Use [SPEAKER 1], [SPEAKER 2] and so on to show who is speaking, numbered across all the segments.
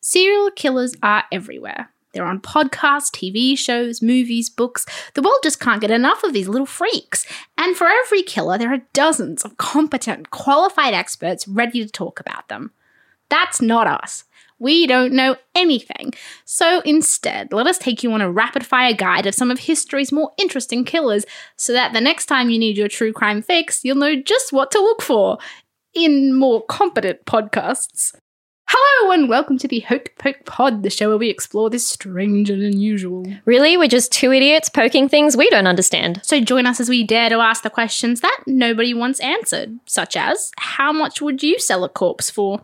[SPEAKER 1] Serial killers are everywhere. They're on podcasts, TV shows, movies, books. The world just can't get enough of these little freaks. And for every killer, there are dozens of competent, qualified experts ready to talk about them. That's not us. We don't know anything. So instead, let us take you on a rapid fire guide of some of history's more interesting killers so that the next time you need your true crime fix, you'll know just what to look for in more competent podcasts. Hello and welcome to the Hoke Poke Pod, the show where we explore this strange and unusual.
[SPEAKER 2] Really, we're just two idiots poking things we don't understand.
[SPEAKER 1] So join us as we dare to ask the questions that nobody wants answered, such as how much would you sell a corpse for?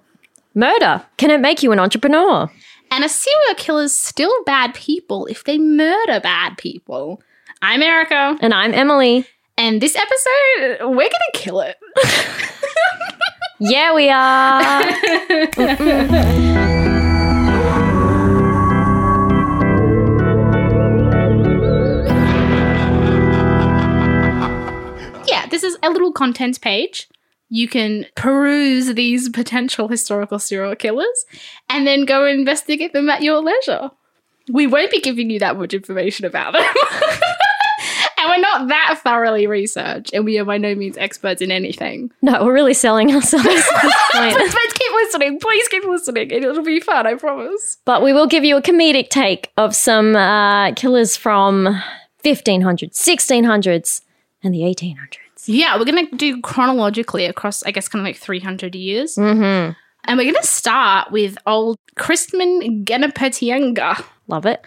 [SPEAKER 2] Murder. Can it make you an entrepreneur?
[SPEAKER 1] And a serial killer's still bad people if they murder bad people. I'm Erica,
[SPEAKER 2] And I'm Emily.
[SPEAKER 1] and this episode, we're gonna kill it.
[SPEAKER 2] Yeah, we are.
[SPEAKER 1] yeah, this is a little content page. You can peruse these potential historical serial killers and then go and investigate them at your leisure. We won't be giving you that much information about them. and we're not that thoroughly researched, and we are by no means experts in anything.
[SPEAKER 2] no, we're really selling ourselves at this point.
[SPEAKER 1] But keep listening. Please keep listening. It'll be fun, I promise.
[SPEAKER 2] But we will give you a comedic take of some uh, killers from 1500s, 1600s, and the 1800s.
[SPEAKER 1] Yeah, we're going to do chronologically across, I guess, kind of like 300 years.
[SPEAKER 2] Mm-hmm.
[SPEAKER 1] And we're going to start with old Christman Genapetienga.
[SPEAKER 2] Love it.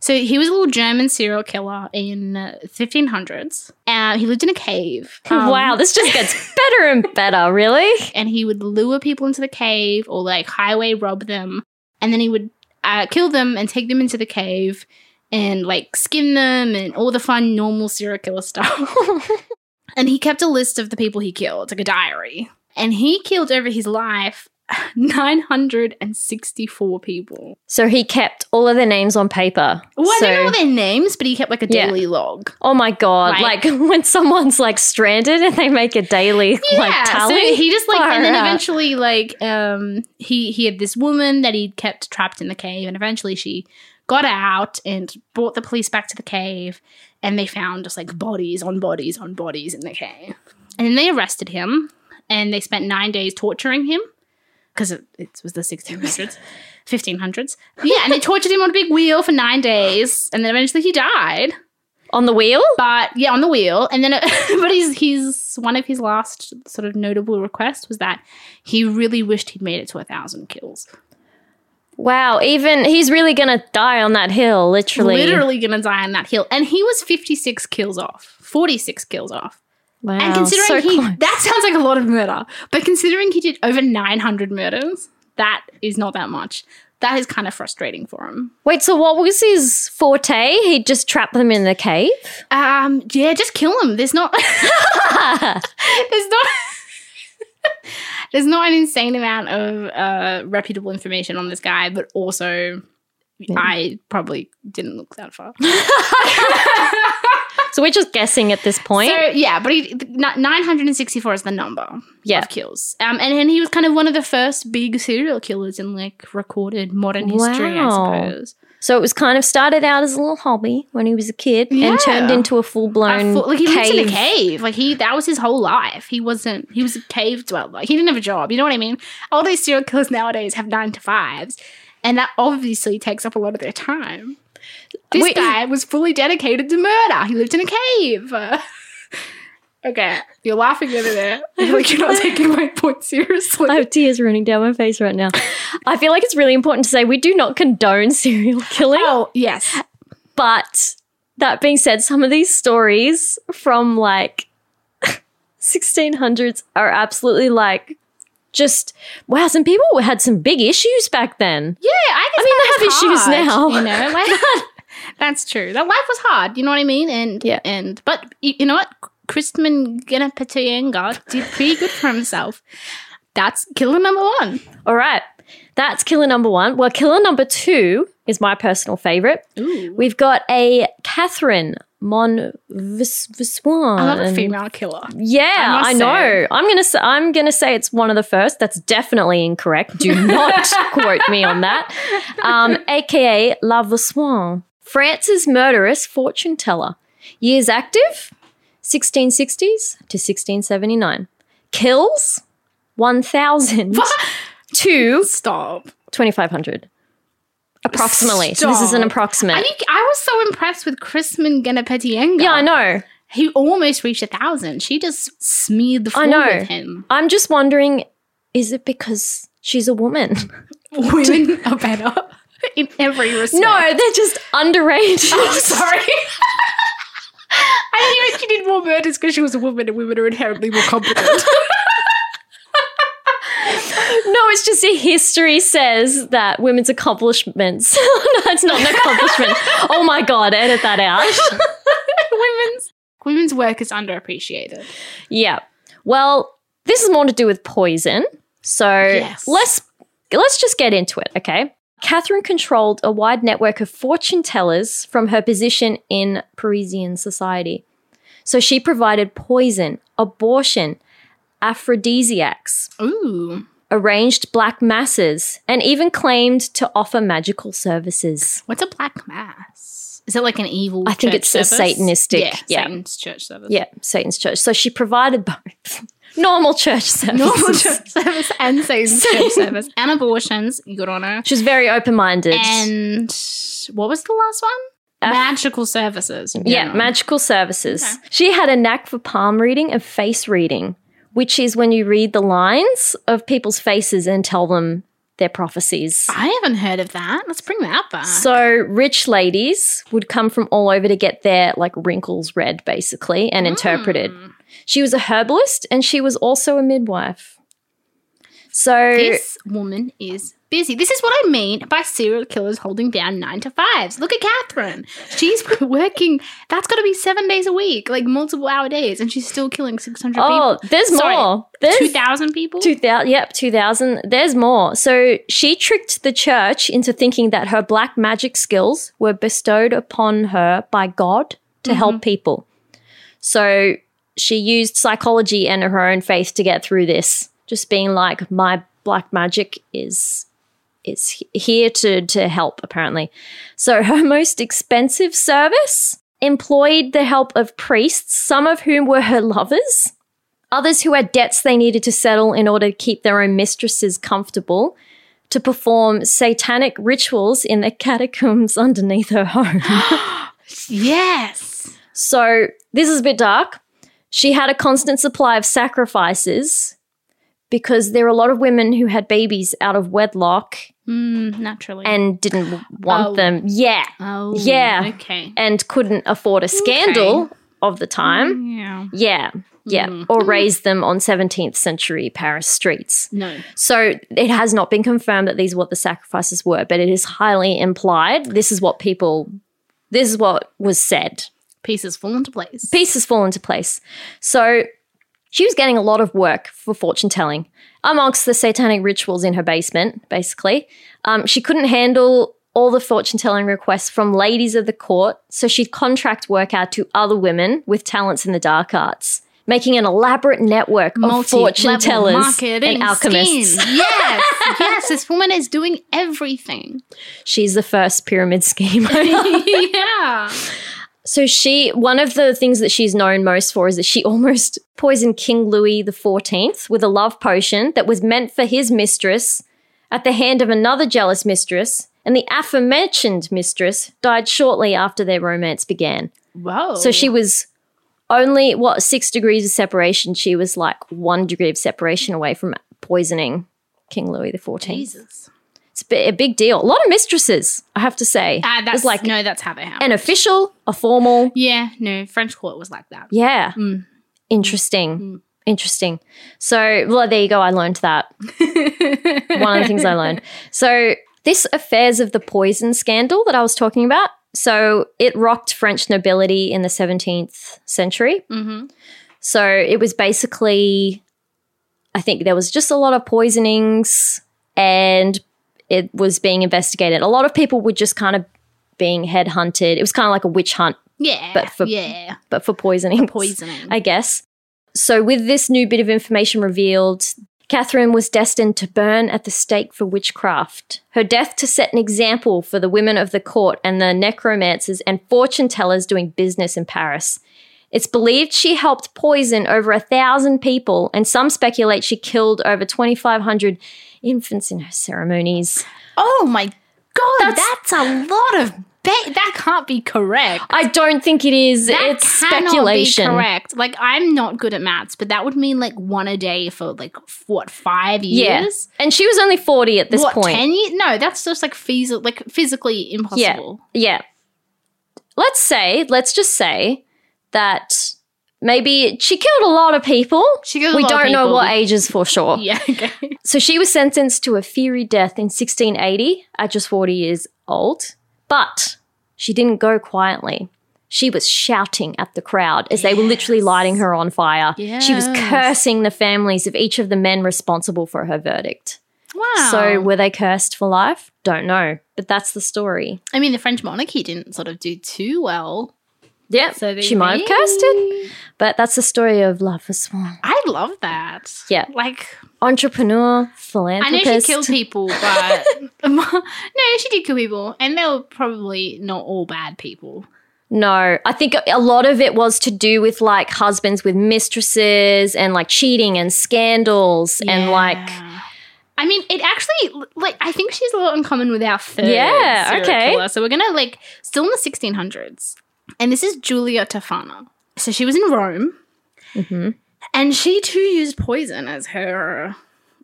[SPEAKER 1] So he was a little German serial killer in uh, 1500s. Uh, he lived in a cave. Um,
[SPEAKER 2] Oh, wow, this just gets better and better, really.
[SPEAKER 1] And he would lure people into the cave or like highway rob them. And then he would uh, kill them and take them into the cave and like skin them and all the fun normal serial killer stuff. and he kept a list of the people he killed, like a diary. And he killed over his life 964 people.
[SPEAKER 2] so he kept all of their names on paper.
[SPEAKER 1] Well, I
[SPEAKER 2] So-
[SPEAKER 1] don't know all their names, but he kept like a
[SPEAKER 2] Yeah.
[SPEAKER 1] daily log.
[SPEAKER 2] Oh my god!
[SPEAKER 1] Like-
[SPEAKER 2] Like, when someone's like stranded and they make a daily like tally.
[SPEAKER 1] so he just like, and then
[SPEAKER 2] Far out.
[SPEAKER 1] eventually, like, um, he he had this woman that he kept trapped in the cave, and eventually she got out and brought the police back to the cave, and they found just like bodies on bodies on bodies in the cave, and then they arrested him, and they spent nine days torturing him because it, it was the 1600s. 1500s. Yeah, and they tortured him on a big wheel for nine days, and then eventually he died.
[SPEAKER 2] on the wheel.
[SPEAKER 1] but yeah, on the wheel. And then, but his his one of his last sort of notable requests was that he really wished he'd made it to a thousand kills.
[SPEAKER 2] Wow! Even he's really gonna die on that hill, literally.
[SPEAKER 1] Literally gonna die on that hill, and he was fifty six kills off, forty six kills off.
[SPEAKER 2] Wow!
[SPEAKER 1] and considering
[SPEAKER 2] so
[SPEAKER 1] he
[SPEAKER 2] close.
[SPEAKER 1] that sounds like a lot of murder, but considering he did over nine hundred murders, that is not that much. That is kind of frustrating for him.
[SPEAKER 2] Wait, so what was his forte? He just trapped them in the cave.
[SPEAKER 1] Um, yeah, just kill him. There's not. there's not there's not an insane amount of uh, reputable information on this guy, but also I probably didn't look that far.
[SPEAKER 2] so we're just guessing at this point.
[SPEAKER 1] So yeah, but he, nine hundred and sixty four is the number
[SPEAKER 2] yeah.
[SPEAKER 1] of kills, um, and and he was kind of one of the first big serial killers in like recorded modern history, I
[SPEAKER 2] Wow.
[SPEAKER 1] suppose.
[SPEAKER 2] So it was kind of started out as a little hobby when he was a kid
[SPEAKER 1] Yeah.
[SPEAKER 2] and turned into a full
[SPEAKER 1] I
[SPEAKER 2] blown
[SPEAKER 1] thought- like he lives in
[SPEAKER 2] cave.
[SPEAKER 1] a cave. Like he that was his whole life. He wasn't he was a cave dweller. Like he didn't have a job. You know what I mean? All these serial killers nowadays have nine to fives. And that obviously takes up a lot of their time. This
[SPEAKER 2] Wait.
[SPEAKER 1] guy was fully dedicated to murder. He lived in a cave. Uh, okay. You're laughing over there. Like you're not taking my point seriously.
[SPEAKER 2] I have tears running down my face right now. I feel like it's really important to say we do not condone serial killing,
[SPEAKER 1] Oh, yes.
[SPEAKER 2] but that being said, some of these stories from like 1600s are absolutely like just wow, some people had some big issues back then.
[SPEAKER 1] Yeah, I guess
[SPEAKER 2] I mean, they
[SPEAKER 1] that
[SPEAKER 2] have
[SPEAKER 1] was
[SPEAKER 2] issues
[SPEAKER 1] hard,
[SPEAKER 2] now.
[SPEAKER 1] You know, like, that's true. That life was hard. You know what I mean? And
[SPEAKER 2] Yeah.
[SPEAKER 1] and but y- you know what? Christman Genapetienga did pretty good for himself. That's killer number one.
[SPEAKER 2] All right. That's killer number one. Well, killer number two is my personal favorite.
[SPEAKER 1] Ooh.
[SPEAKER 2] We've got a Catherine Mon Vis- Viswan.
[SPEAKER 1] I love a female killer.
[SPEAKER 2] Yeah,
[SPEAKER 1] I
[SPEAKER 2] I,
[SPEAKER 1] must
[SPEAKER 2] know.
[SPEAKER 1] say.
[SPEAKER 2] I'm gonna say I'm gonna say it's one of the first. That's definitely incorrect. Do not quote me on that. Um, AKA La Vassoin, France's murderous fortune teller. Years active, 1660s to 1679. Kills, 1,000 to
[SPEAKER 1] Stop.
[SPEAKER 2] 2,500. Approximately. So this is an
[SPEAKER 1] Stop.
[SPEAKER 2] approximate.
[SPEAKER 1] Are you, I was so impressed with Chrisman Ganapetienga.
[SPEAKER 2] yeah, I know.
[SPEAKER 1] He almost reached a thousand. She just smeared the floor
[SPEAKER 2] I know.
[SPEAKER 1] with him.
[SPEAKER 2] I'm just wondering, is it because she's a woman?
[SPEAKER 1] Women are better in every respect.
[SPEAKER 2] No, they're just underrated.
[SPEAKER 1] I'm Oh, sorry. I didn't even she did more murders because she was a woman and women are inherently more competent.
[SPEAKER 2] no, it's just a history says that women's accomplishments. no, it's not an accomplishment. oh my god, edit that out.
[SPEAKER 1] women's women's work is underappreciated.
[SPEAKER 2] yeah. Well, this is more to do with poison. So
[SPEAKER 1] Yes.
[SPEAKER 2] let's let's just get into it, okay? Catherine controlled a wide network of fortune tellers from her position in Parisian society. So she provided poison, abortion, aphrodisiacs,
[SPEAKER 1] Ooh.
[SPEAKER 2] arranged black masses, and even claimed to offer magical services.
[SPEAKER 1] What's a black mass? Is it like an evil
[SPEAKER 2] I think
[SPEAKER 1] church
[SPEAKER 2] it's a
[SPEAKER 1] service?
[SPEAKER 2] Satanistic-
[SPEAKER 1] Yeah,
[SPEAKER 2] yeah.
[SPEAKER 1] Satan's church service.
[SPEAKER 2] Yeah, Satan's church. So she provided both normal church services.
[SPEAKER 1] Normal church service and Satan's church service and abortions. Good on her.
[SPEAKER 2] She was very open minded.
[SPEAKER 1] And what was the last one?
[SPEAKER 2] Uh,
[SPEAKER 1] Magical services. in
[SPEAKER 2] yeah,
[SPEAKER 1] general.
[SPEAKER 2] magical services.
[SPEAKER 1] Okay.
[SPEAKER 2] She had a knack for palm reading and face reading, which is when you read the lines of people's faces and tell them their prophecies.
[SPEAKER 1] I haven't heard of that. Let's bring that back.
[SPEAKER 2] So rich ladies would come from all over to get their like wrinkles read basically
[SPEAKER 1] Mm.
[SPEAKER 2] and interpreted. She was a herbalist and she was also a midwife. So
[SPEAKER 1] This woman is busy. This is what I mean by serial killers holding down nine to fives. Look at Catherine. She's working, that's got to be seven days a week, like multiple hour days, and she's still killing 600
[SPEAKER 2] oh, there's
[SPEAKER 1] Sorry,
[SPEAKER 2] more.
[SPEAKER 1] people.
[SPEAKER 2] There's
[SPEAKER 1] 2,000 people?
[SPEAKER 2] 2000 yep, 2000. There's more. So she tricked the church into thinking that her black magic skills were bestowed upon her by God to help people. So she used psychology and her own faith to get through this, just being like my black magic is is he- here to to help apparently. So her most expensive service employed the help of priests, some of whom were her lovers others who had debts they needed to settle in order to keep their own mistresses comfortable, to perform satanic rituals in the catacombs underneath her home.
[SPEAKER 1] Yes.
[SPEAKER 2] so, this is a bit dark. She had a constant supply of sacrifices because there are a lot of women who had babies out of wedlock
[SPEAKER 1] Mm, naturally.
[SPEAKER 2] and didn't w- want
[SPEAKER 1] Oh.
[SPEAKER 2] them. Yeah.
[SPEAKER 1] oh,
[SPEAKER 2] yeah.
[SPEAKER 1] Okay.
[SPEAKER 2] And couldn't afford a scandal of the time.
[SPEAKER 1] Yeah.
[SPEAKER 2] Yeah. Yeah.
[SPEAKER 1] Mm.
[SPEAKER 2] Or raise them on 17th century Paris streets.
[SPEAKER 1] No.
[SPEAKER 2] So it has not been confirmed that these what the sacrifices were, but it is highly implied. This is what people, this is what was said.
[SPEAKER 1] Pieces fall into place.
[SPEAKER 2] Pieces fall into place. So she was getting a lot of work for fortune telling amongst the satanic rituals in her basement. Basically, um, she couldn't handle all the fortune telling requests from ladies of the court, so she'd contract work out to other women with talents in the dark arts. Making an elaborate network of fortune
[SPEAKER 1] Multi-level
[SPEAKER 2] tellers
[SPEAKER 1] marketing
[SPEAKER 2] and alchemists.
[SPEAKER 1] scheme. Yes. yes. This woman is doing everything.
[SPEAKER 2] She's the first pyramid schemer.
[SPEAKER 1] yeah.
[SPEAKER 2] so she, one of the things that she's known most for is that she almost poisoned King Louis the Fourteenth with a love potion that was meant for his mistress at the hand of another jealous mistress, and the aforementioned mistress died shortly after their romance began.
[SPEAKER 1] Whoa.
[SPEAKER 2] So she was only what six degrees of separation. She was like one degree of separation away from poisoning King Louis the Fourteenth.
[SPEAKER 1] Jesus.
[SPEAKER 2] It's a bi- a big deal. A lot of mistresses, I have to say.
[SPEAKER 1] Ah, that's
[SPEAKER 2] It's like
[SPEAKER 1] like no, that's how they happen.
[SPEAKER 2] an official, a formal.
[SPEAKER 1] yeah, no, French court was like that.
[SPEAKER 2] Yeah.
[SPEAKER 1] Mm.
[SPEAKER 2] Interesting. Interesting. So, well, there you go. I learned that. One of the things I learned. So, this affairs of the poison scandal that I was talking about. So, it rocked French nobility in the 17th century.
[SPEAKER 1] Mm-hmm.
[SPEAKER 2] So, it was basically, I think there was just a lot of poisonings and it was being investigated. A lot of people were just kind of being headhunted. It was kind of like a witch hunt
[SPEAKER 1] Yeah.
[SPEAKER 2] But for-
[SPEAKER 1] yeah.
[SPEAKER 2] but for poisoning.
[SPEAKER 1] Poisoning.
[SPEAKER 2] I guess. So, with this new bit of information revealed, Catherine was destined to burn at the stake for witchcraft. Her death to set an example for the women of the court and the necromancers and fortune tellers doing business in Paris. It's believed she helped poison over a thousand people, and some speculate she killed over 2,500 infants in her ceremonies.
[SPEAKER 1] oh my god,
[SPEAKER 2] That's-
[SPEAKER 1] that's, a lot of ba- that can't be correct.
[SPEAKER 2] I don't think it is.
[SPEAKER 1] That
[SPEAKER 2] it's
[SPEAKER 1] cannot
[SPEAKER 2] speculation.
[SPEAKER 1] Be correct. Like I'm not good at maths, but that would mean like one a day for like f- what five
[SPEAKER 2] Yeah.
[SPEAKER 1] years?
[SPEAKER 2] And she was only 40 at this
[SPEAKER 1] what
[SPEAKER 2] point.
[SPEAKER 1] ten years? No, that's just like feasi- like physically impossible.
[SPEAKER 2] Yeah. Let's say, let's just say that maybe she killed a lot of people.
[SPEAKER 1] She killed a
[SPEAKER 2] we
[SPEAKER 1] lot of
[SPEAKER 2] don't know
[SPEAKER 1] people.
[SPEAKER 2] what ages for sure.
[SPEAKER 1] Yeah. Okay.
[SPEAKER 2] So she was sentenced to a fiery death in 1680 at just 40 years old. But she didn't go quietly. She was shouting at the crowd as they were literally lighting her on fire. She was
[SPEAKER 1] Yes.
[SPEAKER 2] cursing the families of each of the men responsible for her verdict.
[SPEAKER 1] Wow.
[SPEAKER 2] So were they cursed for life? Don't know. But that's the story.
[SPEAKER 1] I mean, the French monarchy didn't sort of do too well.
[SPEAKER 2] Yeah,
[SPEAKER 1] So they
[SPEAKER 2] she might have
[SPEAKER 1] may-
[SPEAKER 2] cursed it, but that's the story of Love for Swan.
[SPEAKER 1] I love that.
[SPEAKER 2] Yeah.
[SPEAKER 1] Like
[SPEAKER 2] Entrepreneur,
[SPEAKER 1] I know
[SPEAKER 2] philanthropist.
[SPEAKER 1] she killed people, but no, she did kill people, and they were probably not all bad people.
[SPEAKER 2] No, I think a lot of it was to do with like husbands with mistresses and like cheating and scandals and like
[SPEAKER 1] Yeah. I mean, it actually like I think she's a lot in common with our third.
[SPEAKER 2] Yeah,
[SPEAKER 1] serial
[SPEAKER 2] okay.
[SPEAKER 1] killer. So we're gonna like still in the 1600s, and this is Julia Tafana. So she was in Rome,
[SPEAKER 2] Mhm.
[SPEAKER 1] and she too used poison as her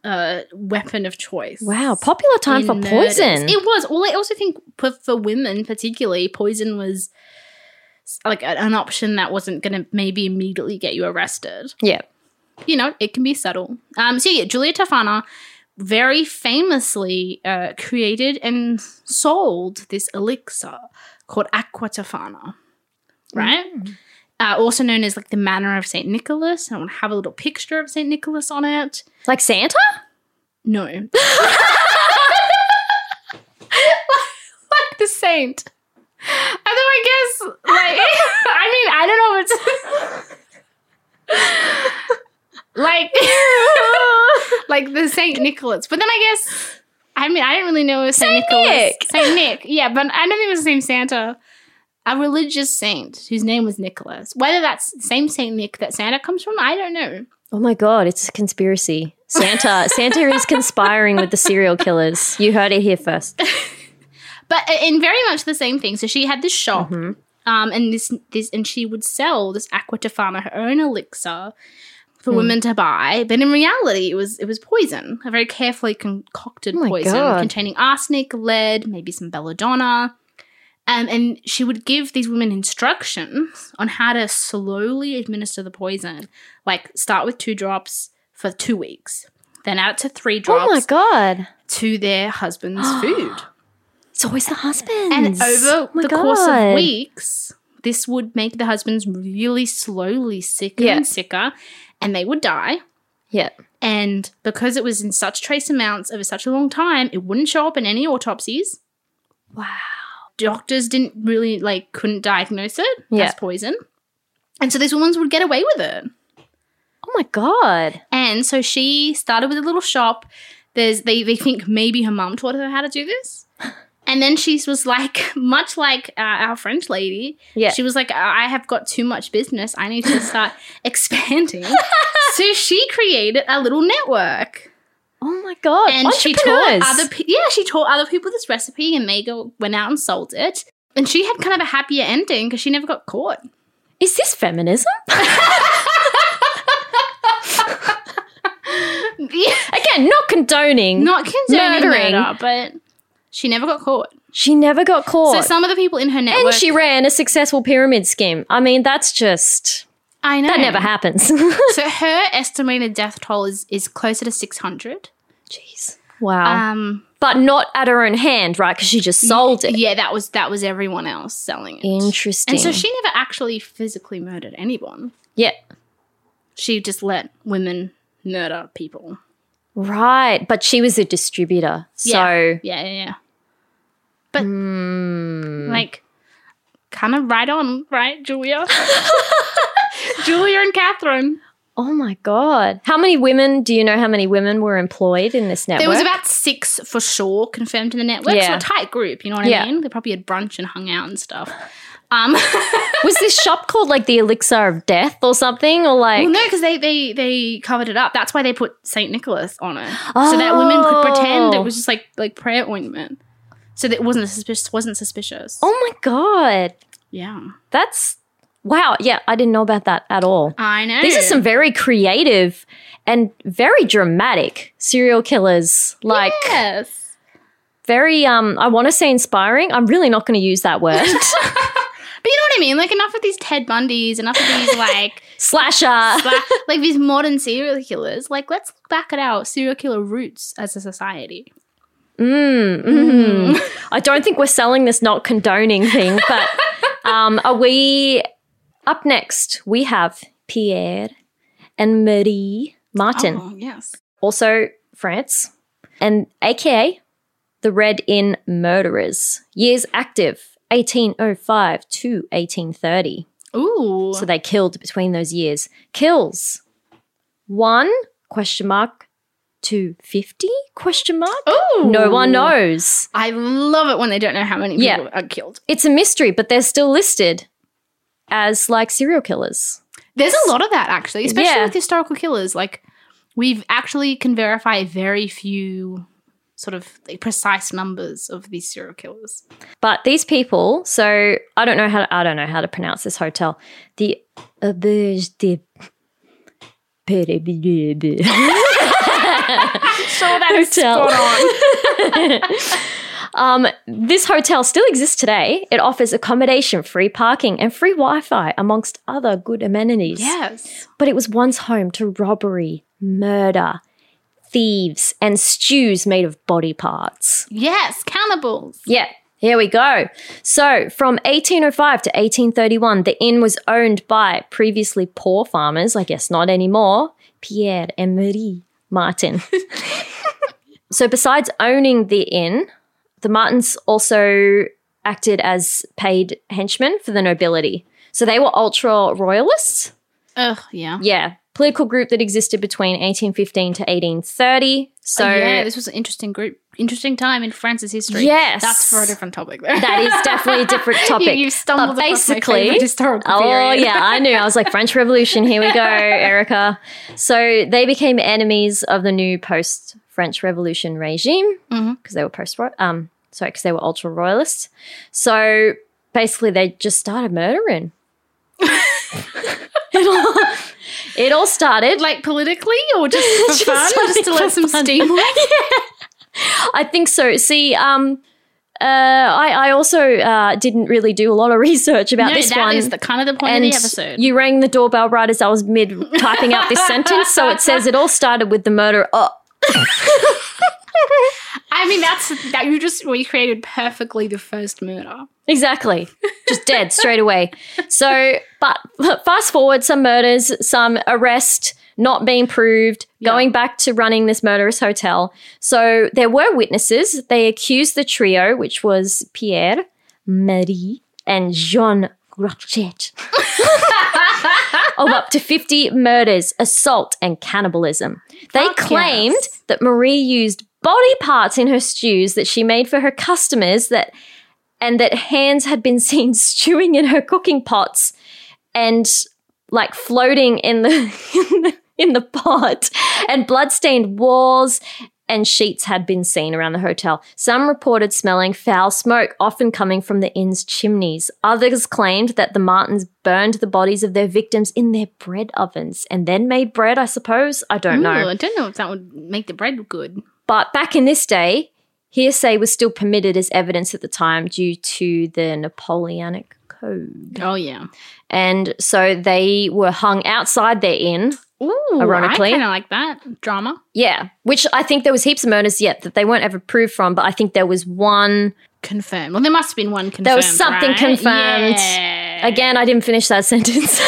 [SPEAKER 1] uh, weapon of choice.
[SPEAKER 2] wow, popular time
[SPEAKER 1] in
[SPEAKER 2] for
[SPEAKER 1] murders.
[SPEAKER 2] poison.
[SPEAKER 1] It was. Well, I also think for, for women, particularly, poison was s- like a- an option that wasn't going to maybe immediately get you arrested.
[SPEAKER 2] yeah.
[SPEAKER 1] You know, it can be subtle. Um, so yeah, Julia Tafana very famously uh, created and sold this elixir called Aqua Tafana, right?
[SPEAKER 2] Mm.
[SPEAKER 1] Uh, also known as like the manor of Saint Nicholas. I want to have a little picture of Saint Nicholas on it.
[SPEAKER 2] Like Santa?
[SPEAKER 1] No. like the saint. Although I guess, like, I mean, I don't know if it's. like, like the Saint Nicholas. But then I guess, I mean, I don't really know if Saint,
[SPEAKER 2] Saint
[SPEAKER 1] Nicholas.
[SPEAKER 2] Nick.
[SPEAKER 1] Saint Nick. Yeah, but I don't think it was the same Santa. A religious saint whose name was Nicholas. Whether that's the same Saint Nick that Santa comes from, I don't know.
[SPEAKER 2] Oh my god, it's a conspiracy. Santa Santa is conspiring with the serial killers. You heard it here first.
[SPEAKER 1] but in very much the same thing. So she had this shop,
[SPEAKER 2] Mm-hmm.
[SPEAKER 1] um, and this this, and she would sell this aqua tofana, her own elixir, for
[SPEAKER 2] Hmm.
[SPEAKER 1] women to buy. But in reality, it was it was poison, a very carefully concocted
[SPEAKER 2] Oh my
[SPEAKER 1] poison
[SPEAKER 2] God.
[SPEAKER 1] containing arsenic, lead, maybe some belladonna. Um, and she would give these women instructions on how to slowly administer the poison. Like start with two drops for two weeks, then add it to three
[SPEAKER 2] Oh my
[SPEAKER 1] drops
[SPEAKER 2] god.
[SPEAKER 1] to their husband's food.
[SPEAKER 2] It's always the husbands.
[SPEAKER 1] And over
[SPEAKER 2] Oh my
[SPEAKER 1] the course of
[SPEAKER 2] God.
[SPEAKER 1] weeks, this would make the husbands really slowly sicker
[SPEAKER 2] Yeah.
[SPEAKER 1] and sicker, and they would die.
[SPEAKER 2] Yeah.
[SPEAKER 1] And because it was in such trace amounts over such a long time, it wouldn't show up in any autopsies.
[SPEAKER 2] Wow.
[SPEAKER 1] Doctors didn't really like couldn't diagnose it
[SPEAKER 2] Yeah.
[SPEAKER 1] as poison. And so these women would get away with it.
[SPEAKER 2] Oh my god.
[SPEAKER 1] And so she started with a little shop. There's they they think maybe her mum taught her how to do this. And then she was like, much like uh, our French lady,
[SPEAKER 2] Yeah.
[SPEAKER 1] she was like, I I have got too much business. I need to start expanding. so she created a little network.
[SPEAKER 2] Oh my god!
[SPEAKER 1] And she taught other pe- yeah, she taught other people this recipe and they go, went out and sold it. And she had kind of a happier ending because she never got caught.
[SPEAKER 2] Is this feminism? Again, not condoning.
[SPEAKER 1] Not concerning
[SPEAKER 2] Murdering.
[SPEAKER 1] murder, but she never got caught.
[SPEAKER 2] she never got
[SPEAKER 1] So
[SPEAKER 2] caught.
[SPEAKER 1] some of the people in her network,
[SPEAKER 2] and she ran a successful pyramid scheme. I mean, that's just
[SPEAKER 1] I know
[SPEAKER 2] that never happens.
[SPEAKER 1] So her estimated death toll is is closer to six hundred.
[SPEAKER 2] Jeez. Wow.
[SPEAKER 1] Um,
[SPEAKER 2] but not at her own hand, right? Because she just sold it.
[SPEAKER 1] yeah, that was that was everyone else selling it,
[SPEAKER 2] Interesting.
[SPEAKER 1] and so she never actually physically murdered anyone.
[SPEAKER 2] yeah.
[SPEAKER 1] She just let women murder people.
[SPEAKER 2] Right. But she was a distributor. So Hmm.
[SPEAKER 1] yeah, yeah, yeah. yeah. But like, kind of right on, right, Julia? Julia and Catherine.
[SPEAKER 2] Oh my God. How many women do you know how many women were employed in this network?
[SPEAKER 1] There was about six for sure confirmed in the network. So
[SPEAKER 2] Yeah.
[SPEAKER 1] a tight group, you know what
[SPEAKER 2] Yeah.
[SPEAKER 1] I mean? They probably had brunch and hung out and stuff. Um,
[SPEAKER 2] Was this shop called like the Elixir of Death or something? Or like,
[SPEAKER 1] well, no, because they, they they covered it up. That's why they put Saint Nicholas on it, so that women could pretend it
[SPEAKER 2] Oh.
[SPEAKER 1] was just like like prayer ointment, so that it wasn't suspicious. Wasn't suspicious.
[SPEAKER 2] oh my God.
[SPEAKER 1] yeah,
[SPEAKER 2] That's wow. Yeah, I didn't know about that at all.
[SPEAKER 1] I know.
[SPEAKER 2] These are some very creative and very dramatic serial killers. Like,
[SPEAKER 1] yes.
[SPEAKER 2] very, um, I want to say inspiring. I'm really not going to use that word.
[SPEAKER 1] But you know what I mean? Like enough of these Ted Bundys, enough of these like
[SPEAKER 2] Slasher.
[SPEAKER 1] black, like these modern serial killers. Like let's look back at our serial killer roots as a society.
[SPEAKER 2] Mm, mm. I don't think we're selling this not condoning thing, but um, are we up next? We have Pierre and Marie Martin,
[SPEAKER 1] Oh, yes.
[SPEAKER 2] also France, and AKA the Red Inn Murderers. Years active 1805 to 1830.
[SPEAKER 1] Ooh.
[SPEAKER 2] So they killed between those years. Kills one question mark to 50 question mark.
[SPEAKER 1] Ooh.
[SPEAKER 2] No one knows.
[SPEAKER 1] I love it when they don't know how many
[SPEAKER 2] Yeah.
[SPEAKER 1] people are killed.
[SPEAKER 2] it's a mystery, but they're still listed as like serial killers.
[SPEAKER 1] There's a lot of that actually, especially
[SPEAKER 2] Yeah.
[SPEAKER 1] with historical killers. Like we've actually can verify very few sort of like, precise numbers of these serial killers.
[SPEAKER 2] But these people, so I don't know how to, I don't know how to pronounce this hotel. The uh, auberge de
[SPEAKER 1] Sure, that
[SPEAKER 2] is Hotel.
[SPEAKER 1] on.
[SPEAKER 2] Um, this hotel still exists today. It offers accommodation, free parking, and free Wi-Fi, amongst other good amenities.
[SPEAKER 1] yes.
[SPEAKER 2] But it was once home to robbery, murder, thieves, and stews made of body parts.
[SPEAKER 1] Yes, cannibals.
[SPEAKER 2] Yeah, here we go. So, from 1805 to 1831, the inn was owned by previously poor farmers, I guess not anymore, Pierre and Marie Martin. so, besides owning the inn, the Martins also acted as paid henchmen for the nobility. So, they were ultra royalists.
[SPEAKER 1] Ugh, yeah.
[SPEAKER 2] Yeah, political group that existed between 1815 to 1830. So,
[SPEAKER 1] Oh, yeah, this was an interesting group, interesting time in France's history.
[SPEAKER 2] Yes.
[SPEAKER 1] that's for a different topic. Though.
[SPEAKER 2] that is definitely a different topic.
[SPEAKER 1] You, have stumbled
[SPEAKER 2] But
[SPEAKER 1] across my
[SPEAKER 2] basically-
[SPEAKER 1] favorite historical
[SPEAKER 2] Oh
[SPEAKER 1] period.
[SPEAKER 2] yeah, I knew. I was like French Revolution. Here we go, Erica. So they became enemies of the new post French Revolution regime because
[SPEAKER 1] Mhm.
[SPEAKER 2] they were post um sorry because they were ultra royalists. So basically, they just started murdering. it, all, it all started.
[SPEAKER 1] Like politically, or just for
[SPEAKER 2] Just
[SPEAKER 1] fun,
[SPEAKER 2] something
[SPEAKER 1] just to
[SPEAKER 2] for
[SPEAKER 1] let some
[SPEAKER 2] fun.
[SPEAKER 1] steam off?
[SPEAKER 2] I think so. See, um, uh, I I also uh, didn't really do a lot of research about
[SPEAKER 1] No,
[SPEAKER 2] this
[SPEAKER 1] that
[SPEAKER 2] one.
[SPEAKER 1] is the kind of the point of the episode.
[SPEAKER 2] You rang the doorbell right as I was mid typing out this sentence, so it says it all started with the murder. Oh,
[SPEAKER 1] I mean, that's that you just recreated perfectly the first murder.
[SPEAKER 2] exactly, just dead straight away. So, but fast forward some murders, some arrest not being proved, going back to running this murderous hotel. So there were witnesses. They accused the trio, which was Pierre, Marie, and Jean Rochette, of up to 50 murders, assault, and cannibalism. They
[SPEAKER 1] Fuck
[SPEAKER 2] claimed
[SPEAKER 1] yes.
[SPEAKER 2] that Marie used body parts in her stews that she made for her customers that and that hands had been seen stewing in her cooking pots and like floating in the in the, in the pot and bloodstained walls and sheets had been seen around the hotel. Some reported smelling foul smoke, often coming from the inn's chimneys. Others claimed that the Martins burned the bodies of their victims in their bread ovens and then made bread, I suppose. I don't know.
[SPEAKER 1] Ooh, I don't know if that would make the bread good.
[SPEAKER 2] But back in this day, hearsay was still permitted as evidence at the time due to the Napoleonic Code.
[SPEAKER 1] Oh yeah.
[SPEAKER 2] And so they were hung outside their inn.
[SPEAKER 1] Ooh,
[SPEAKER 2] Ironically.
[SPEAKER 1] I kind of like that drama.
[SPEAKER 2] Yeah, which I think there was heaps of murders yet that they weren't ever proved from, but I think there was one
[SPEAKER 1] Confirmed. Well, there must have been one confirmed.
[SPEAKER 2] There was something
[SPEAKER 1] right?
[SPEAKER 2] confirmed.
[SPEAKER 1] Yeah.
[SPEAKER 2] Again, I didn't finish that sentence.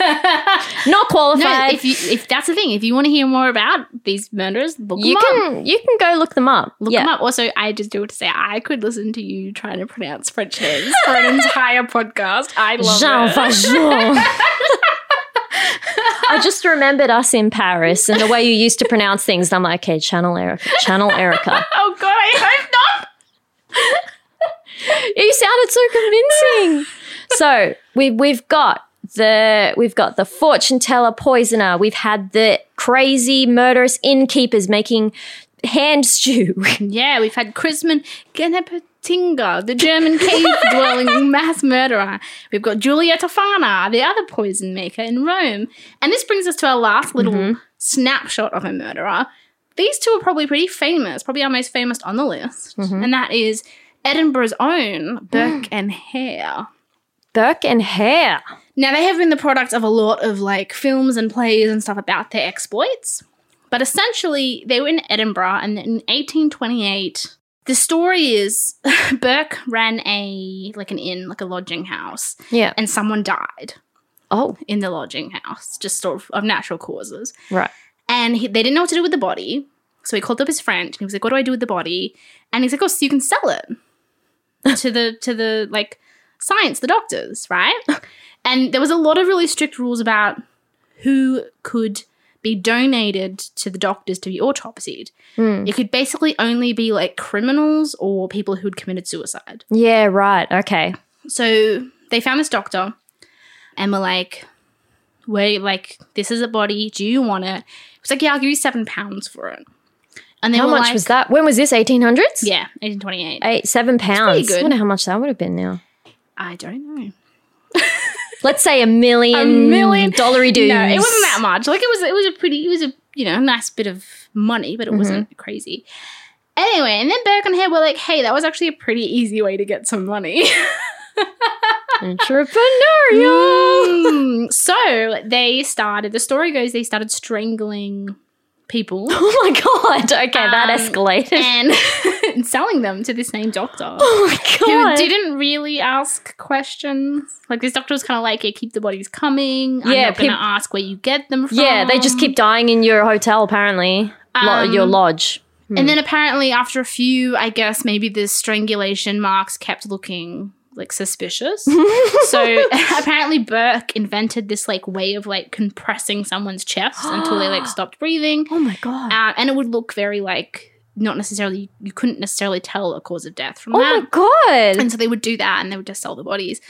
[SPEAKER 2] Not
[SPEAKER 1] No,
[SPEAKER 2] qualified.
[SPEAKER 1] if you if that's the thing, if you want to hear more about these murderers, book
[SPEAKER 2] you
[SPEAKER 1] them up.
[SPEAKER 2] can you can go look them up.
[SPEAKER 1] Look
[SPEAKER 2] yeah.
[SPEAKER 1] them up. Also, I just do it to say I could listen to you trying to pronounce French names for an entire podcast. I love
[SPEAKER 2] Jean
[SPEAKER 1] it.
[SPEAKER 2] Valjean. I just remembered us in Paris and the way you used to pronounce things. And I'm like, okay, Channel Erica. Channel Erica.
[SPEAKER 1] Oh God, I hope not.
[SPEAKER 2] you sounded so convincing. so we we've got the we've got the fortune teller poisoner. We've had the crazy murderous innkeepers making hand stew.
[SPEAKER 1] Yeah, we've had Chrisman Genepetinger, the German cave-dwelling mass murderer. We've got Julia Tofana, the other poison maker in Rome. And this brings us to our last little snapshot of a murderer. These two are probably pretty famous, probably our most famous on the list, and that is Edinburgh's own Burke and Hare.
[SPEAKER 2] Burke and Hare.
[SPEAKER 1] Now, they have been the product of a lot of like films and plays and stuff about their exploits, but essentially they were in Edinburgh and in 1828. The story is Burke ran a like an inn, like a lodging house,
[SPEAKER 2] Yeah.
[SPEAKER 1] and someone died
[SPEAKER 2] Oh,
[SPEAKER 1] in the lodging house, just sort of of natural causes.
[SPEAKER 2] right.
[SPEAKER 1] And he, they didn't know what to do with the body, so he called up his friend and he was like, "What do I do with the body?" And he's like, "Oh, so you can sell it to the to the like science, the doctors, right?" And there was a lot of really strict rules about who could be donated to the doctors to be autopsied.
[SPEAKER 2] Hmm.
[SPEAKER 1] It could basically only be like criminals or people who'd committed suicide.
[SPEAKER 2] Yeah, right. Okay.
[SPEAKER 1] So they found this doctor and were like, Wait, like, this is a body. Do you want it? He was like, Yeah, I'll give you seven pounds for it. And they
[SPEAKER 2] How
[SPEAKER 1] were
[SPEAKER 2] much
[SPEAKER 1] like,
[SPEAKER 2] was that? When was this? 1800s?
[SPEAKER 1] Yeah, 1828. I,
[SPEAKER 2] Eight, seven pounds.
[SPEAKER 1] good.
[SPEAKER 2] I wonder how much that would have been now.
[SPEAKER 1] don't know.
[SPEAKER 2] Let's say a million,
[SPEAKER 1] million-
[SPEAKER 2] Mm, dollary dues.
[SPEAKER 1] No, it wasn't that much. Like, it was, it was a pretty, it was a, you know, nice bit of money,
[SPEAKER 2] Mm-hmm.
[SPEAKER 1] but it wasn't crazy. Anyway, and then Burke and Hare were like, Hey, that was actually a pretty easy way to get some money.
[SPEAKER 2] Entrepreneurial.
[SPEAKER 1] Mm. so they started, the story goes, they started strangling people.
[SPEAKER 2] Oh my god. Okay, that
[SPEAKER 1] Um,
[SPEAKER 2] escalated.
[SPEAKER 1] and and selling them to this same doctor
[SPEAKER 2] Oh my
[SPEAKER 1] who
[SPEAKER 2] god.
[SPEAKER 1] didn't really ask questions. Like this doctor was kind of like, "Yeah, keep the bodies coming. I'm
[SPEAKER 2] Yeah,
[SPEAKER 1] not going to
[SPEAKER 2] peop-
[SPEAKER 1] ask where you get them from."
[SPEAKER 2] yeah, they just keep dying in your hotel apparently. Lo-
[SPEAKER 1] Um,
[SPEAKER 2] your lodge.
[SPEAKER 1] And then apparently, after a few, I guess maybe the strangulation marks kept looking like suspicious. so apparently, Burke invented this like way of like compressing someone's chest until they like stopped breathing.
[SPEAKER 2] Oh my god.
[SPEAKER 1] Uh, and it would look very like not necessarily you couldn't necessarily tell a cause of death from
[SPEAKER 2] oh
[SPEAKER 1] that.
[SPEAKER 2] my god.
[SPEAKER 1] Um, And so they would do that and they would just sell the bodies.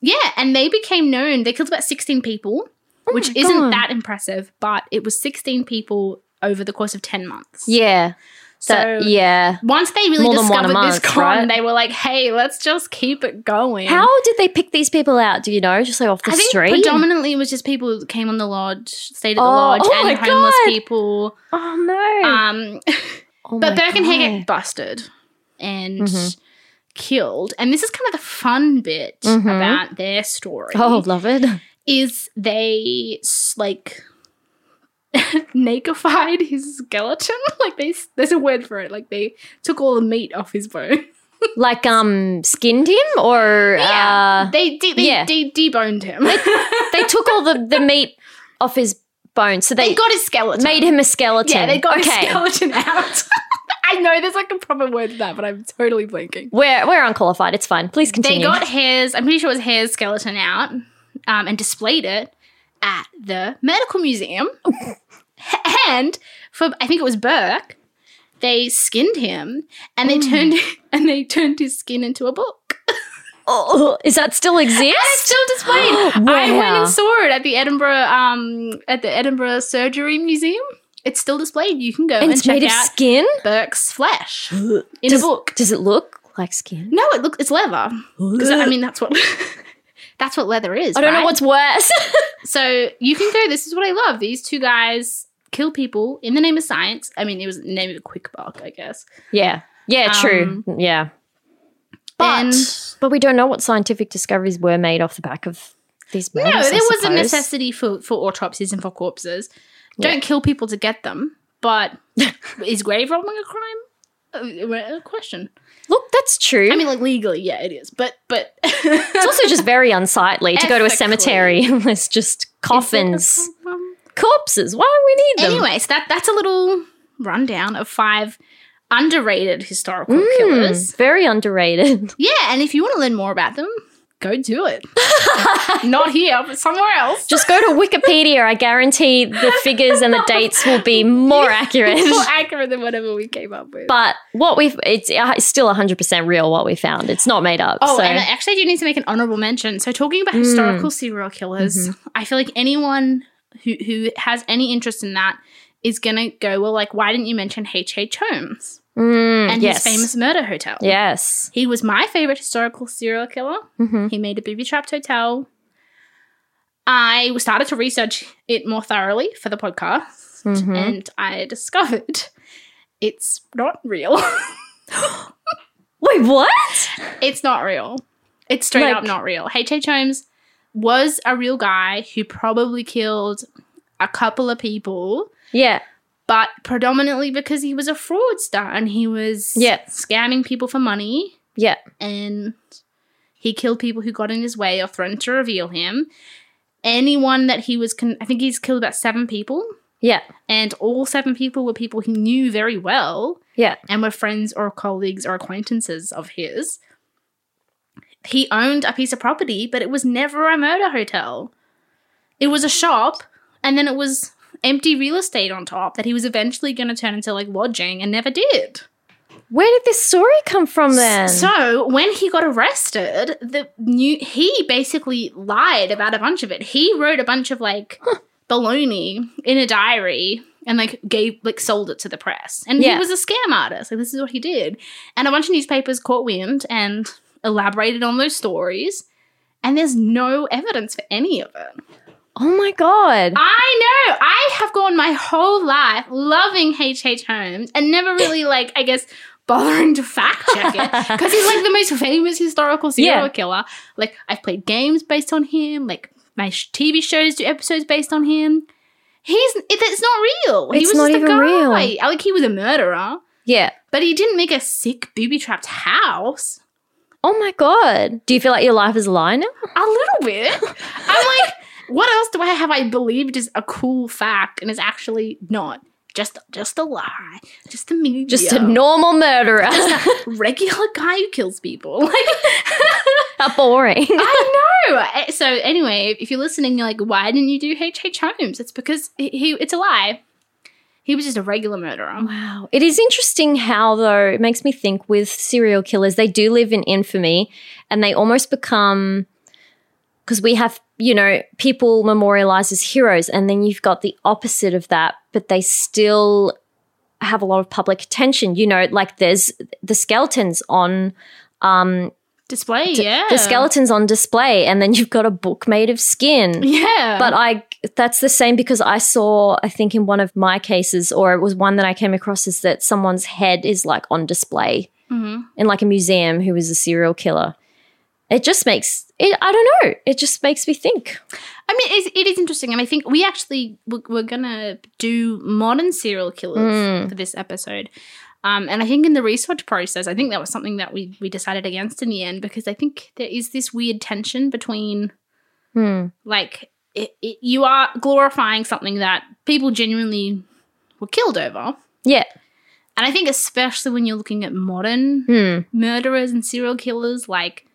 [SPEAKER 1] Yeah, and they became known. They killed about 16 people, which
[SPEAKER 2] Oh my
[SPEAKER 1] isn't
[SPEAKER 2] God.
[SPEAKER 1] that impressive, but it was 16 people over the course of 10 months.
[SPEAKER 2] Yeah.
[SPEAKER 1] so
[SPEAKER 2] That, yeah.
[SPEAKER 1] once they really
[SPEAKER 2] More than one a
[SPEAKER 1] discovered this
[SPEAKER 2] month,
[SPEAKER 1] con,
[SPEAKER 2] right?
[SPEAKER 1] they were like, hey, let's just keep it going.
[SPEAKER 2] How did they pick these people out? Do you know? Just like off the
[SPEAKER 1] I think
[SPEAKER 2] street?
[SPEAKER 1] predominantly it was just people who came on the lodge, stayed at
[SPEAKER 2] Oh,
[SPEAKER 1] the lodge,
[SPEAKER 2] oh my
[SPEAKER 1] and homeless
[SPEAKER 2] God.
[SPEAKER 1] people.
[SPEAKER 2] oh no.
[SPEAKER 1] Um,
[SPEAKER 2] oh
[SPEAKER 1] But
[SPEAKER 2] my
[SPEAKER 1] Burke and Hare
[SPEAKER 2] God.
[SPEAKER 1] get busted and
[SPEAKER 2] Mhm.
[SPEAKER 1] killed. And this is kind of the fun bit
[SPEAKER 2] Mhm.
[SPEAKER 1] about their story.
[SPEAKER 2] Oh, love it.
[SPEAKER 1] Is they s- like nakeified his skeleton? like they, s- there's a word for it. Like they took all the meat off his bone.
[SPEAKER 2] like um skinned him or uh,
[SPEAKER 1] they de- they
[SPEAKER 2] yeah.
[SPEAKER 1] de- deboned him.
[SPEAKER 2] uh, they took all the, the meat off his bones. So
[SPEAKER 1] they
[SPEAKER 2] they,
[SPEAKER 1] got his skeleton.
[SPEAKER 2] made him a skeleton.
[SPEAKER 1] yeah, they got
[SPEAKER 2] okay.
[SPEAKER 1] his skeleton out. I know there's like a proper word for that, but I'm totally blanking.
[SPEAKER 2] We're we're unqualified. It's fine. Please continue.
[SPEAKER 1] They got Hare's, I'm pretty sure it was Hare's skeleton out um, and displayed it at the medical museum. and for, I think it was Burke, they skinned him and
[SPEAKER 2] Mm.
[SPEAKER 1] they turned and they turned his skin into a book.
[SPEAKER 2] Oh, is that still
[SPEAKER 1] It's
[SPEAKER 2] exist?
[SPEAKER 1] still displayed. I went
[SPEAKER 2] Wow.
[SPEAKER 1] and saw it at the Edinburgh um, at the Edinburgh Surgery Museum. It's still displayed. You can go and,
[SPEAKER 2] and it's
[SPEAKER 1] check
[SPEAKER 2] made of
[SPEAKER 1] out
[SPEAKER 2] skin.
[SPEAKER 1] Burke's flesh
[SPEAKER 2] In
[SPEAKER 1] in
[SPEAKER 2] does,
[SPEAKER 1] a book.
[SPEAKER 2] Does it look like skin?
[SPEAKER 1] No, it looks it's leather. 'Cause, I mean, that's what that's what leather is.
[SPEAKER 2] I don't know
[SPEAKER 1] right?
[SPEAKER 2] what's worse.
[SPEAKER 1] So you can go. This is what I love. These two guys kill people in the name of science. I mean, it was in the name of a quick buck, I guess.
[SPEAKER 2] yeah. Yeah, true. yeah. But
[SPEAKER 1] Um, and-
[SPEAKER 2] but we don't know what scientific discoveries were made off the back of these murders.
[SPEAKER 1] no,
[SPEAKER 2] I
[SPEAKER 1] there was a
[SPEAKER 2] suppose.
[SPEAKER 1] necessity for for autopsies and for corpses.
[SPEAKER 2] Yeah.
[SPEAKER 1] Don't kill people to get them. But is grave robbing a crime? Uh, a question.
[SPEAKER 2] Look, that's true.
[SPEAKER 1] I mean, like legally, yeah, it is, but but
[SPEAKER 2] it's also just very unsightly to go to a
[SPEAKER 1] Ethically.
[SPEAKER 2] cemetery unless just coffins, corpses. Why do we need them?
[SPEAKER 1] Anyways, that that's a little rundown of five underrated historical killers.
[SPEAKER 2] Mm, very underrated.
[SPEAKER 1] Yeah, and if you want to learn more about them, go do it. Not here, but somewhere else.
[SPEAKER 2] Just go to Wikipedia. I guarantee the figures and the dates will be more accurate.
[SPEAKER 1] more accurate than whatever we came up with.
[SPEAKER 2] But what we've, it's uh, it's still 100% real what we found. It's not made up.
[SPEAKER 1] Oh,
[SPEAKER 2] so.
[SPEAKER 1] and I actually do need to make an honorable mention. So, talking about
[SPEAKER 2] Mm.
[SPEAKER 1] historical serial killers,
[SPEAKER 2] Mm-hmm.
[SPEAKER 1] I feel like anyone who, who has any interest in that is going to go, well, like, why didn't you mention H.H. Holmes
[SPEAKER 2] Mm,
[SPEAKER 1] and
[SPEAKER 2] yes.
[SPEAKER 1] his famous murder hotel?
[SPEAKER 2] Yes.
[SPEAKER 1] He was my favorite historical serial killer.
[SPEAKER 2] Mhm.
[SPEAKER 1] He made a booby trapped hotel. I started to research it more thoroughly for the podcast,
[SPEAKER 2] Mhm.
[SPEAKER 1] and I discovered it's not real.
[SPEAKER 2] Wait, what?
[SPEAKER 1] It's not real. It's straight
[SPEAKER 2] Like-
[SPEAKER 1] up not real. H.H. Holmes was a real guy who probably killed a couple of people,
[SPEAKER 2] Yeah.
[SPEAKER 1] but predominantly because he was a fraudster and he was
[SPEAKER 2] Yeah.
[SPEAKER 1] scamming people for money
[SPEAKER 2] Yeah.
[SPEAKER 1] and he killed people who got in his way or threatened to reveal him. Anyone that he was, con- I think he's killed about seven people,
[SPEAKER 2] Yeah.
[SPEAKER 1] and all seven people were people he knew very well
[SPEAKER 2] Yeah.
[SPEAKER 1] and were friends or colleagues or acquaintances of his. He owned a piece of property, but it was never a murder hotel. It was a shop, and then it was empty real estate on top that he was eventually going to turn into like lodging and never did.
[SPEAKER 2] Where did this story come from then?
[SPEAKER 1] So when he got arrested, the new he basically lied about a bunch of it. He wrote a bunch of like baloney in a diary and like gave like sold it to the press. And
[SPEAKER 2] Yeah.
[SPEAKER 1] he was a scam artist. Like this is what he did. And a bunch of newspapers caught wind and elaborated on those stories. And there's no evidence for any of it.
[SPEAKER 2] oh my God.
[SPEAKER 1] I know. I have gone my whole life loving H.H. Holmes and never really, like, I guess, bothering to fact check it because he's like the most famous historical serial
[SPEAKER 2] Yeah.
[SPEAKER 1] killer. Like, I've played games based on him. Like, my sh- TV shows do episodes based on him. He's it, it's not real. he
[SPEAKER 2] It's
[SPEAKER 1] was
[SPEAKER 2] not
[SPEAKER 1] just
[SPEAKER 2] even
[SPEAKER 1] a
[SPEAKER 2] real.
[SPEAKER 1] guy. Like, he was a murderer,
[SPEAKER 2] yeah.
[SPEAKER 1] but he didn't make a sick booby trapped house.
[SPEAKER 2] Oh my God. Do you feel like your life is a lie now?
[SPEAKER 1] A little bit. I'm like, what else do I have I believed is a cool fact and is actually not? Just just a lie. Just a media.
[SPEAKER 2] Just a normal murderer.
[SPEAKER 1] regular guy who kills people. Like
[SPEAKER 2] How boring.
[SPEAKER 1] I know. Eh, So anyway, if you're listening, you're like, why didn't you do H. H. Holmes? It's because he, he it's a lie. He was just a regular murderer.
[SPEAKER 2] Wow. It is interesting how, though, it makes me think with serial killers, they do live in infamy and they almost become because we have, you know, people memorialized as heroes. And then you've got the opposite of that, but they still have a lot of public attention. You know, like there's the skeletons on. Um,
[SPEAKER 1] Display, yeah.
[SPEAKER 2] the skeletons on display, and then you've got a book made of skin.
[SPEAKER 1] Yeah.
[SPEAKER 2] But I that's the same because I saw I think in one of my cases or it was one that I came across is that someone's head is like on display
[SPEAKER 1] Mhm.
[SPEAKER 2] in like a museum who is a serial killer. It just makes it I don't know. It just makes me think.
[SPEAKER 1] I mean, it's, it is interesting, and I think we actually we're, we're gonna do modern serial killers
[SPEAKER 2] Mm.
[SPEAKER 1] for this episode. Um, and I think in the research process, I think that was something that we we decided against in the end because I think there is this weird tension between
[SPEAKER 2] Hmm.
[SPEAKER 1] like it, it, you are glorifying something that people genuinely were killed over,
[SPEAKER 2] Yeah.
[SPEAKER 1] and I think especially when you're looking at modern
[SPEAKER 2] Hmm.
[SPEAKER 1] murderers and serial killers, like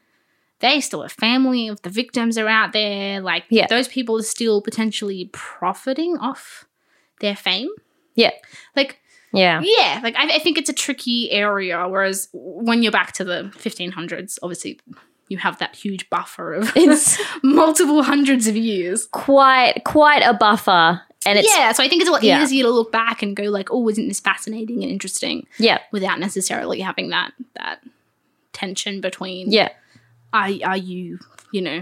[SPEAKER 1] they still have family if the victims are out there. Like
[SPEAKER 2] Yeah.
[SPEAKER 1] those people are still potentially profiting off their fame.
[SPEAKER 2] Yeah.
[SPEAKER 1] Like
[SPEAKER 2] Yeah.
[SPEAKER 1] yeah, like I, I think it's a tricky area. Whereas when you're back to the 1500s, obviously you have that huge buffer of
[SPEAKER 2] It's
[SPEAKER 1] multiple hundreds of years.
[SPEAKER 2] quite quite a buffer and it's
[SPEAKER 1] yeah, so I think it's a lot
[SPEAKER 2] yeah.
[SPEAKER 1] easier to look back and go like, oh, isn't this fascinating and interesting,
[SPEAKER 2] yeah.
[SPEAKER 1] without necessarily having that that tension between
[SPEAKER 2] Yeah.
[SPEAKER 1] are, are you, you know,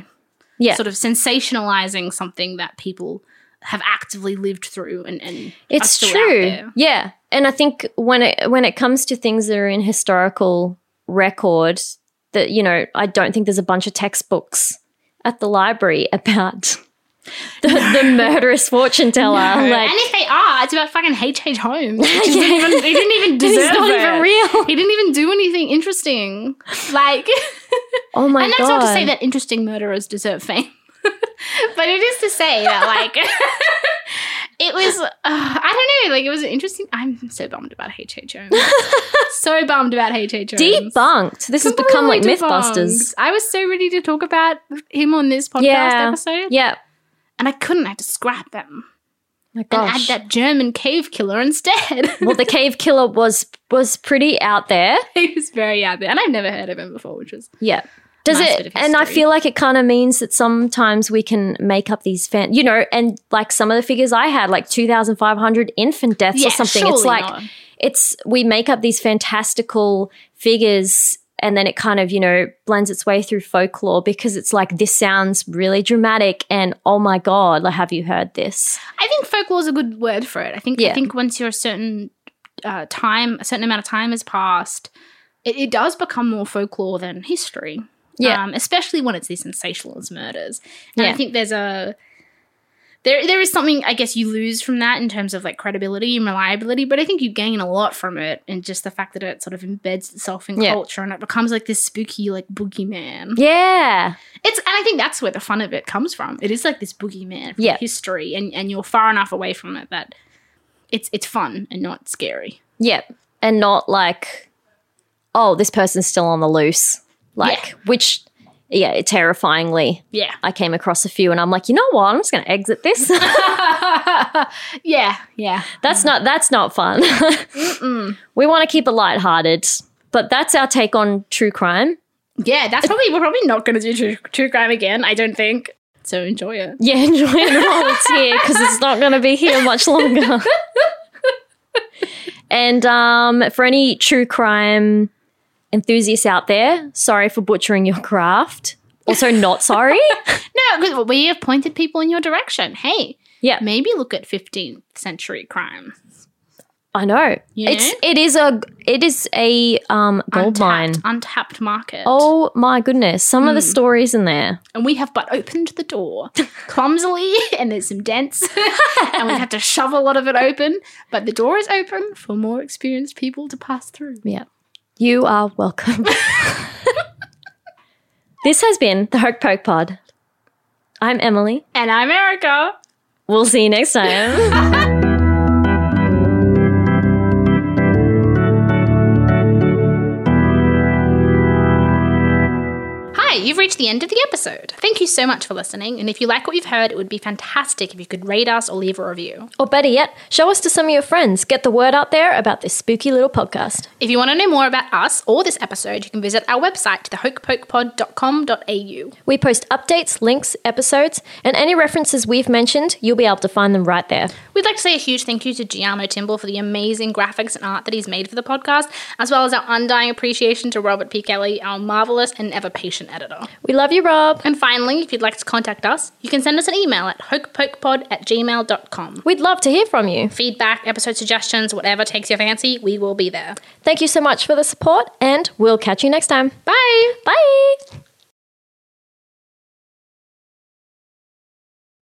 [SPEAKER 2] Yeah.
[SPEAKER 1] sort of sensationalizing something that people have actively lived through and, and are
[SPEAKER 2] It's
[SPEAKER 1] still out
[SPEAKER 2] true.
[SPEAKER 1] there.
[SPEAKER 2] Yeah. And I think when it when it comes to things that are in historical record, that you know, I don't think there's a bunch of textbooks at the library about the, the murderous fortune teller. Like,
[SPEAKER 1] and if they are, it's about fucking H.H. Holmes. Which is
[SPEAKER 2] Yeah.
[SPEAKER 1] not even, he didn't even
[SPEAKER 2] it's
[SPEAKER 1] deserve
[SPEAKER 2] not
[SPEAKER 1] it.
[SPEAKER 2] even real.
[SPEAKER 1] He didn't even do anything interesting. Like,
[SPEAKER 2] Oh my
[SPEAKER 1] and that's
[SPEAKER 2] god!
[SPEAKER 1] not to say that interesting murderers deserve fame, but it is to say that, like, it was, uh, I don't know, like, it was an interesting. I'm so bummed about H.H. Holmes. so bummed about H.H. Holmes.
[SPEAKER 2] debunked. This has become like
[SPEAKER 1] Completely
[SPEAKER 2] MythBusters.
[SPEAKER 1] debunked. I was so ready to talk about him on this podcast
[SPEAKER 2] Yeah.
[SPEAKER 1] episode,
[SPEAKER 2] Yeah.
[SPEAKER 1] and I couldn't. I had to scrap them.
[SPEAKER 2] My
[SPEAKER 1] and
[SPEAKER 2] gosh.
[SPEAKER 1] add that German cave killer instead.
[SPEAKER 2] well, the cave killer was was pretty out there.
[SPEAKER 1] he was very out there, and I've never heard of him before, which was
[SPEAKER 2] Yeah. Does
[SPEAKER 1] Nice bit
[SPEAKER 2] it?
[SPEAKER 1] of
[SPEAKER 2] And I
[SPEAKER 1] history.
[SPEAKER 2] feel like it kind of means that sometimes we can make up these fan, you know, and like some of the figures I had, like two thousand five hundred infant deaths
[SPEAKER 1] Yeah,
[SPEAKER 2] or something.
[SPEAKER 1] surely
[SPEAKER 2] It's like
[SPEAKER 1] not.
[SPEAKER 2] it's we make up these fantastical figures and then it kind of you know blends its way through folklore because it's like this sounds really dramatic and oh my god like have you heard this
[SPEAKER 1] I think folklore is a good word for it. I think
[SPEAKER 2] Yeah.
[SPEAKER 1] I think once you're a certain uh, time, a certain amount of time has passed, it, it does become more folklore than history.
[SPEAKER 2] Yeah.
[SPEAKER 1] um, especially when it's these sensationalist murders. And I
[SPEAKER 2] Yeah.
[SPEAKER 1] think there's a there there is something I guess you lose from that in terms of like credibility and reliability, but I think you gain a lot from it and just the fact that it sort of embeds itself in
[SPEAKER 2] Yeah.
[SPEAKER 1] culture and it becomes like this spooky like boogeyman.
[SPEAKER 2] yeah
[SPEAKER 1] It's and I think that's where the fun of it comes from. It is like this boogeyman from
[SPEAKER 2] Yeah.
[SPEAKER 1] history, and and you're far enough away from it that it's it's fun and not scary.
[SPEAKER 2] yeah and not like oh this person's still on the loose like which yeah it terrifyingly
[SPEAKER 1] Yeah,
[SPEAKER 2] i came across a few and i'm like you know what i'm just going to exit this
[SPEAKER 1] yeah, yeah.
[SPEAKER 2] that's not that's not fun we want to keep it lighthearted but that's our take on true crime
[SPEAKER 1] Yeah, that's probably we're probably not going to do true, true crime again. I don't think. So enjoy it.
[SPEAKER 2] Yeah, enjoy it while it's here because it's not going to be here much longer. and um, for any true crime enthusiasts out there, sorry for butchering your craft. Also, not sorry.
[SPEAKER 1] No, 'cause we have pointed people in your direction. Hey,
[SPEAKER 2] yeah,
[SPEAKER 1] maybe look at 15th century crime.
[SPEAKER 2] I know.
[SPEAKER 1] You
[SPEAKER 2] It's
[SPEAKER 1] know?
[SPEAKER 2] it is a it is a um, gold mine.
[SPEAKER 1] Untapped, untapped market.
[SPEAKER 2] Oh my goodness! Some of the stories in there.
[SPEAKER 1] and we have but opened the door clumsily and there's some dents and we've had to shove a lot of it open but the door is open for more experienced people to pass through
[SPEAKER 2] Yeah. You are welcome. this has been the Hoke Poke Pod. I'm Emily.
[SPEAKER 1] and i'm erica
[SPEAKER 2] We'll see you next time.
[SPEAKER 1] Hi, you've reached the end of the episode. Thank you so much for listening. And if you like what you've heard, it would be fantastic if you could rate us or leave a review.
[SPEAKER 2] Or better yet, show us to some of your friends. Get the word out there about this spooky little podcast.
[SPEAKER 1] If you want to know more about us or this episode, you can visit our website, thehokepokepod.com.au.
[SPEAKER 2] We post updates, links, episodes, and any references we've mentioned, you'll be able to find them right there.
[SPEAKER 1] We'd like to say a huge thank you to Giamo Timble for the amazing graphics and art that he's made for the podcast, as well as our undying appreciation to Robert P. Kelly, our marvelous and ever patient editor.
[SPEAKER 2] We love you, Rob.
[SPEAKER 1] And finally, if you'd like to contact us, you can send us an email at hokepokepod at gmail.com.
[SPEAKER 2] We'd love to hear from you.
[SPEAKER 1] Feedback, episode suggestions, whatever takes your fancy, we will be there.
[SPEAKER 2] Thank you so much for the support, and we'll catch you next time.
[SPEAKER 1] Bye!
[SPEAKER 2] Bye.